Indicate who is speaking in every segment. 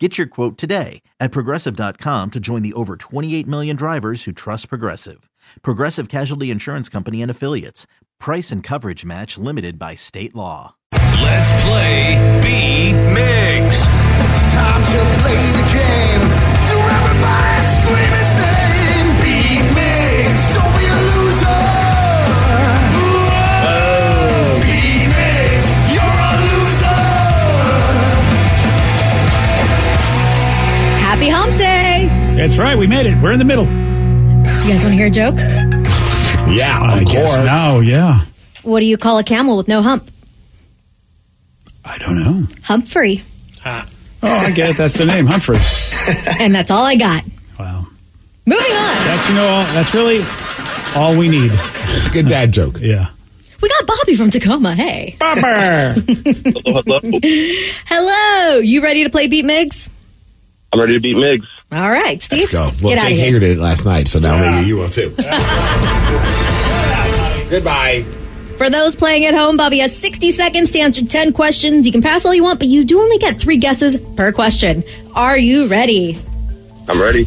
Speaker 1: Get your quote today at progressive.com to join the over 28 million drivers who trust Progressive. Progressive Casualty Insurance Company and Affiliates. Price and coverage match limited by state law.
Speaker 2: Let's play B Migs. It's time to play the game. So everybody scream his name. B Migs. Don't be a loser. B Migs. You're a loser.
Speaker 3: Happy hump day.
Speaker 4: That's right. We made it. We're in the middle.
Speaker 3: You guys want to hear a joke?
Speaker 4: Yeah, I guess now. Yeah,
Speaker 3: What do you call a camel with no hump?
Speaker 4: I don't know.
Speaker 3: Humphrey.
Speaker 4: Oh, I guess that's the name, Humphrey.
Speaker 3: and that's all I got.
Speaker 4: Wow,
Speaker 3: Moving on.
Speaker 4: that's you know, all, that's really all we need.
Speaker 5: Good dad joke.
Speaker 4: Yeah.
Speaker 3: We got Bobby from Tacoma. Hey.
Speaker 4: Bumper.
Speaker 3: Hello. You ready to play Beat Migs?
Speaker 6: I'm ready to beat Migs.
Speaker 3: All right, Steve.
Speaker 5: Let's go. Well,
Speaker 3: Get out
Speaker 5: Jake
Speaker 3: of here.
Speaker 5: Hager did it last night, so now maybe you will too. Goodbye.
Speaker 3: For those playing at home, Bobby has 60 seconds to answer 10 questions. You can pass all you want, but you do only get three guesses per question. Are you ready?
Speaker 6: I'm ready.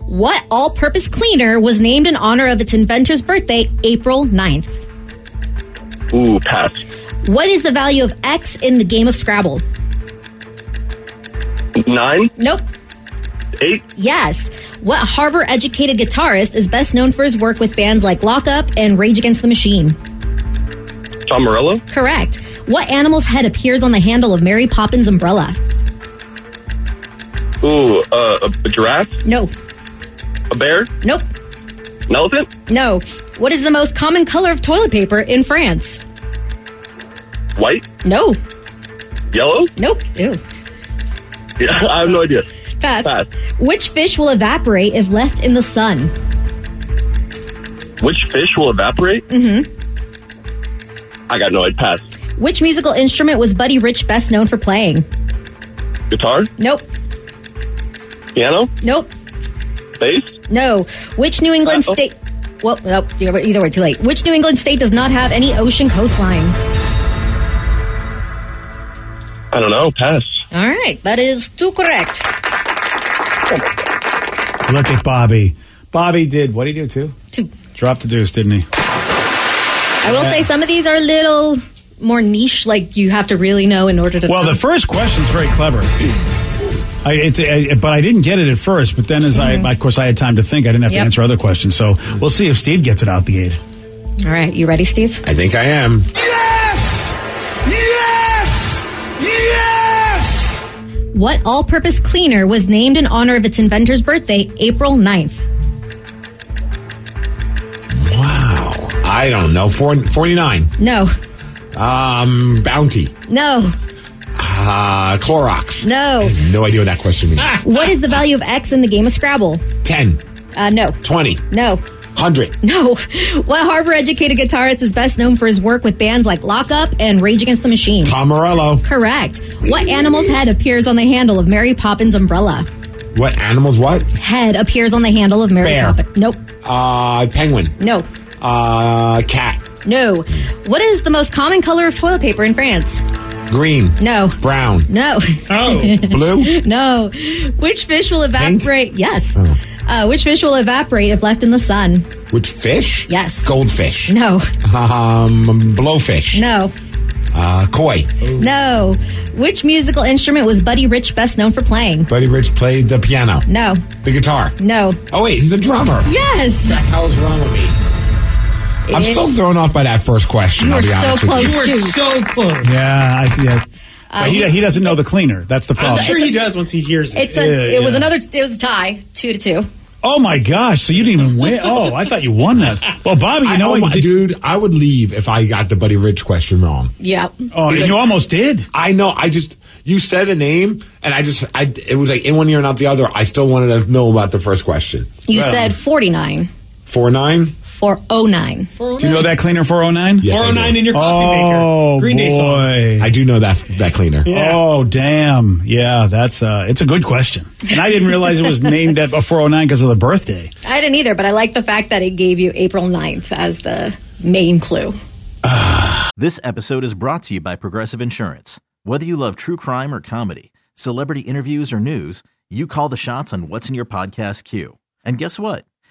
Speaker 3: What all purpose cleaner was named in honor of its inventor's birthday, April 9th?
Speaker 6: Ooh, pass.
Speaker 3: What is the value of X in the game of Scrabble?
Speaker 6: Nine,
Speaker 3: Nope.
Speaker 6: eight,
Speaker 3: Yes. What Harvard educated guitarist is best known for his work with bands like Lock Up and Rage Against the Machine?
Speaker 6: Tom Morello,
Speaker 3: Correct. What animal's head appears on the handle of Mary Poppins' umbrella?
Speaker 6: ooh, uh, a, a giraffe,
Speaker 3: No.
Speaker 6: a bear,
Speaker 3: Nope.
Speaker 6: an elephant,
Speaker 3: No. What is the most common color of toilet paper in France?
Speaker 6: white,
Speaker 3: No.
Speaker 6: yellow.
Speaker 3: Nope. Ew.
Speaker 6: Yeah, I have no idea.
Speaker 3: Pass.
Speaker 6: Pass.
Speaker 3: Which fish will evaporate if left in the sun?
Speaker 6: Which fish will evaporate? Mm-hmm. I got no idea. Pass.
Speaker 3: Which musical instrument was Buddy Rich best known for playing?
Speaker 6: Guitar,
Speaker 3: Nope.
Speaker 6: piano,
Speaker 3: Nope.
Speaker 6: bass,
Speaker 3: No. Which New England
Speaker 6: Uh-oh.
Speaker 3: state? Well, nope. Either way- either way, too late. Which New England state does not have any ocean coastline?
Speaker 6: I don't know. Pass.
Speaker 3: All right, that is too correct.
Speaker 4: Look at Bobby. Bobby did what did he do too?
Speaker 3: Two.
Speaker 4: Drop the deuce, didn't he?
Speaker 3: I will say some of these are a little more niche, like you have to really know in order to.
Speaker 4: Well, the first question's very clever. I, it, I, but I didn't get it at first. But then, as I, of course, I had time to think. I didn't have
Speaker 3: Yep.
Speaker 4: to answer other questions. So we'll see if Steve gets it out the gate.
Speaker 3: All right, you ready, Steve?
Speaker 5: I think I am.
Speaker 2: Yes! Yes! Yes!
Speaker 3: What all-purpose cleaner was named in honor of its inventor's birthday, April 9th?
Speaker 5: Wow. I don't know. Four, 49.
Speaker 3: No,
Speaker 5: Um, bounty.
Speaker 3: no,
Speaker 5: Uh, Clorox.
Speaker 3: no. Ah.
Speaker 5: No idea what that question means.
Speaker 3: What is the value of X in the game of Scrabble?
Speaker 5: 10,
Speaker 3: Uh, no,
Speaker 5: 20,
Speaker 3: no,
Speaker 5: 100.
Speaker 3: no. What Harvard-educated guitarist is best known for his work with bands like Lock Up and Rage Against the Machine?
Speaker 5: Tom Morello.
Speaker 3: Correct. What animal's head appears on the handle of Mary Poppins' umbrella?
Speaker 5: What animals? What?
Speaker 3: head appears on the handle of Mary
Speaker 5: Bear.
Speaker 3: Poppins. Nope.
Speaker 5: Uh, penguin.
Speaker 3: No.
Speaker 5: Uh, cat.
Speaker 3: No. What is the most common color of toilet paper in France?
Speaker 5: Green.
Speaker 3: No.
Speaker 5: Brown.
Speaker 3: No.
Speaker 4: Oh,
Speaker 5: Blue.
Speaker 3: No. Which fish will
Speaker 5: Pink? Oh.
Speaker 3: evaporate? Yes. Uh, which fish will evaporate if left in the sun?
Speaker 5: Which fish?
Speaker 3: Yes.
Speaker 5: Goldfish.
Speaker 3: No.
Speaker 5: Um, blowfish.
Speaker 3: No.
Speaker 5: Uh, koi.
Speaker 3: No. Which musical instrument was Buddy Rich best known for playing?
Speaker 5: Buddy Rich played the piano,
Speaker 3: No.
Speaker 5: the guitar.
Speaker 3: No.
Speaker 5: Oh wait, he's a drummer.
Speaker 3: Yes.
Speaker 5: Hell's wrong with me? I'm still thrown off by that first question.
Speaker 3: You
Speaker 5: I'll
Speaker 3: were
Speaker 5: be
Speaker 3: so
Speaker 5: honest with
Speaker 3: close.
Speaker 5: you.
Speaker 3: too.
Speaker 7: so close.
Speaker 4: yeah, I, yeah. But he, he doesn't know the cleaner. That's the problem.
Speaker 7: I'm sure he does once he hears it.
Speaker 3: It's a.
Speaker 4: Yeah,
Speaker 3: it was
Speaker 4: yeah.
Speaker 3: another. It was a tie, two to two.
Speaker 4: Oh my gosh! So you didn't even win? Oh, I thought you won that. Well, Bobby, you
Speaker 5: I,
Speaker 4: know
Speaker 5: oh
Speaker 4: what?
Speaker 5: my-
Speaker 4: you did-
Speaker 5: dude, I would leave if I got the Buddy Rich question wrong.
Speaker 3: Yeah.
Speaker 4: Oh, you almost did.
Speaker 5: I know. I just you said a name, and I just I it was like in one ear and out the other. I still wanted to know about the first question.
Speaker 3: You said forty nine.
Speaker 5: Four nine.
Speaker 3: 409.
Speaker 4: Do you know that cleaner 409?
Speaker 5: Yes, I do.
Speaker 7: 409 in your coffee
Speaker 4: oh,
Speaker 7: maker. Green
Speaker 4: boy.
Speaker 7: Day song.
Speaker 5: I do know that that cleaner.
Speaker 4: Oh damn! Yeah, that's uh, it's a good question, and I didn't realize it was named that uh, 409 because of the birthday.
Speaker 3: I didn't either, but I like the fact that it gave you April 9th as the main clue.
Speaker 1: This episode is brought to you by Progressive Insurance. Whether you love true crime or comedy, celebrity interviews or news, you call the shots on what's in your podcast queue. And guess what?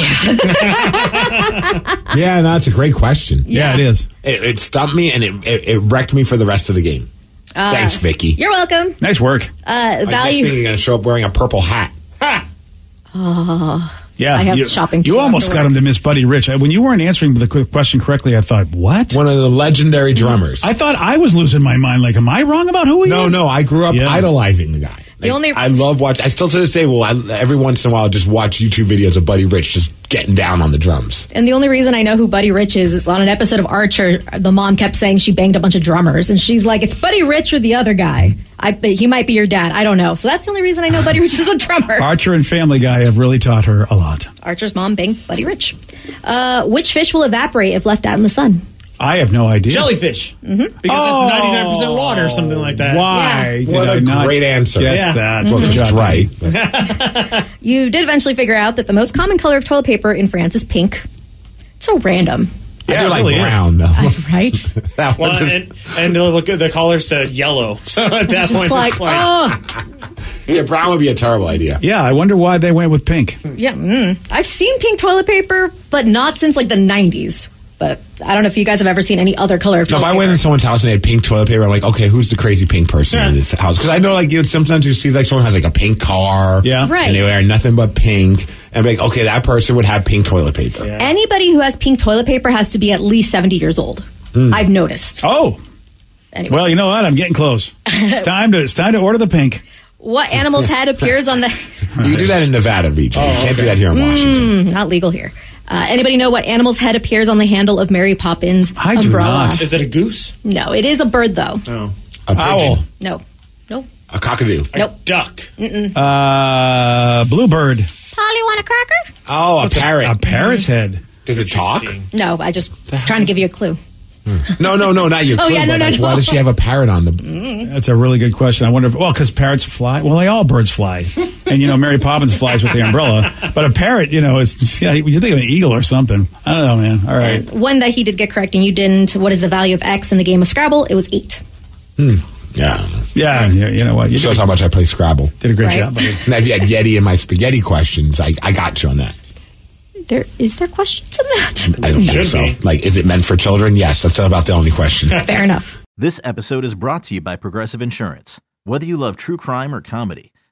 Speaker 5: Yeah, no, it's a great question.
Speaker 4: Yeah, it is.
Speaker 5: It, it stumped me and it, it, it wrecked me for the rest of the game. Thanks, Vicky.
Speaker 3: You're welcome.
Speaker 4: Nice work.
Speaker 3: Uh,
Speaker 5: Like, next thing
Speaker 3: value.
Speaker 5: you're gonna show up wearing a purple hat.
Speaker 4: Yeah,
Speaker 3: I have
Speaker 4: you,
Speaker 3: shopping to
Speaker 4: You
Speaker 3: do
Speaker 4: almost
Speaker 3: after
Speaker 4: got
Speaker 3: work.
Speaker 4: him to miss Buddy Rich I- when you weren't answering the qu- question correctly. I thought what?
Speaker 5: One of the legendary drummers.
Speaker 4: I thought I was losing my mind. Like, am I wrong about who he
Speaker 5: no,
Speaker 4: is?
Speaker 5: no, I grew up
Speaker 4: Yeah.
Speaker 5: idolizing the guy. Like,
Speaker 3: The only-
Speaker 5: I love watch. I still to this day will. I, every once in a while, just watch YouTube videos of Buddy Rich just getting down on the drums.
Speaker 3: And the only reason I know who Buddy Rich is is on an episode of Archer, the mom kept saying she banged a bunch of drummers, and she's like, "It's Buddy Rich or the other guy. I but he might be your dad. I don't know." So that's the only reason I know Buddy Rich is a drummer.
Speaker 4: Archer and Family Guy have really taught her a lot.
Speaker 3: Archer's mom banged Buddy Rich. Uh, which fish will evaporate if left out in the sun?
Speaker 4: I have no idea.
Speaker 7: Jellyfish. Because
Speaker 4: Oh.
Speaker 7: it's 99% water or something like that.
Speaker 4: Why? Did
Speaker 5: What
Speaker 4: I
Speaker 5: a
Speaker 4: not
Speaker 5: great answer.
Speaker 4: Guess
Speaker 7: Yeah.
Speaker 4: that.
Speaker 5: Well,
Speaker 4: Good
Speaker 5: that's
Speaker 4: job.
Speaker 5: right.
Speaker 3: You did eventually figure out that the most common color of toilet paper in France is pink. So random,
Speaker 4: Yeah,
Speaker 5: I do
Speaker 4: it
Speaker 5: like
Speaker 4: really is.
Speaker 5: brown though.
Speaker 3: right?
Speaker 5: that one
Speaker 7: Well,
Speaker 5: just-
Speaker 7: Uh, and, and the, look, the caller said yellow. So at that point,
Speaker 3: like,
Speaker 7: it's like,
Speaker 3: oh,
Speaker 5: yeah, brown would be a terrible idea.
Speaker 4: Yeah, I wonder why they went with pink.
Speaker 3: yeah. Mm. I've seen pink toilet paper, but not since like the '90s. But I don't know if you guys have ever seen any other color of
Speaker 5: No,
Speaker 3: toilet
Speaker 5: if I
Speaker 3: paper.
Speaker 5: went in someone's house and they had pink toilet paper, I'm like, okay, who's the crazy pink person in this house? Because I know, like, you know, sometimes you see like someone has like a pink car,
Speaker 4: Yeah.
Speaker 3: Right.
Speaker 5: and they wear nothing but pink, and be like, okay, that person would have pink toilet paper.
Speaker 3: Anybody who has pink toilet paper has to be at least 70 years old. I've noticed.
Speaker 4: Oh,
Speaker 3: Anyway,
Speaker 4: Hmm. well, you know what? I'm getting close. It's time to it's time to order the pink.
Speaker 3: what animal's head appears on the.
Speaker 5: You do that in Nevada region.
Speaker 3: Oh,
Speaker 5: you can't do that here in
Speaker 3: Hmm.
Speaker 5: Washington.
Speaker 3: Not legal here. Uh, anybody know what animal's head appears on the handle of Mary Poppins'
Speaker 4: I do
Speaker 3: umbrella?
Speaker 4: not.
Speaker 7: is it a goose?
Speaker 3: No, it is a bird, though.
Speaker 5: A pigeon,
Speaker 4: Owl,
Speaker 3: No. No.
Speaker 5: a cockadoo.
Speaker 3: Nope.
Speaker 7: Duck.
Speaker 4: uh, bluebird,
Speaker 3: Polly, want a cracker?
Speaker 5: Oh, a parrot.
Speaker 4: a parrot's head.
Speaker 5: Does it talk?
Speaker 3: No, I just trying to give you a clue.
Speaker 5: No, no, no, not your.
Speaker 3: Oh,
Speaker 5: clue,
Speaker 3: yeah, no,
Speaker 5: but,
Speaker 3: no,
Speaker 5: like,
Speaker 3: no.
Speaker 5: Why does she have a parrot on the?
Speaker 4: That's a really good question. I wonder if well, because parrots fly. Well, they all birds fly, and you know Mary Poppins flies with the umbrella, but a parrot, you know, is yeah, you think of an eagle or something. I don't know, man. All right,
Speaker 3: One that he did get correct and you didn't. What is the value of X in the game of Scrabble? It was eight.
Speaker 5: Yeah.
Speaker 4: yeah, you, you know what? You
Speaker 5: Shows
Speaker 4: did,
Speaker 5: how much I play Scrabble.
Speaker 4: did a great
Speaker 3: Right.
Speaker 4: job. buddy.
Speaker 5: Now, if you had Yeti in my spaghetti questions, I, I got you on that.
Speaker 3: There is there questions in that?
Speaker 5: I don't think
Speaker 7: Should
Speaker 5: so.
Speaker 7: be.
Speaker 5: Like, is it meant for children? Yes, that's about the only question.
Speaker 3: Fair enough.
Speaker 1: This episode is brought to you by Progressive Insurance. Whether you love true crime or comedy,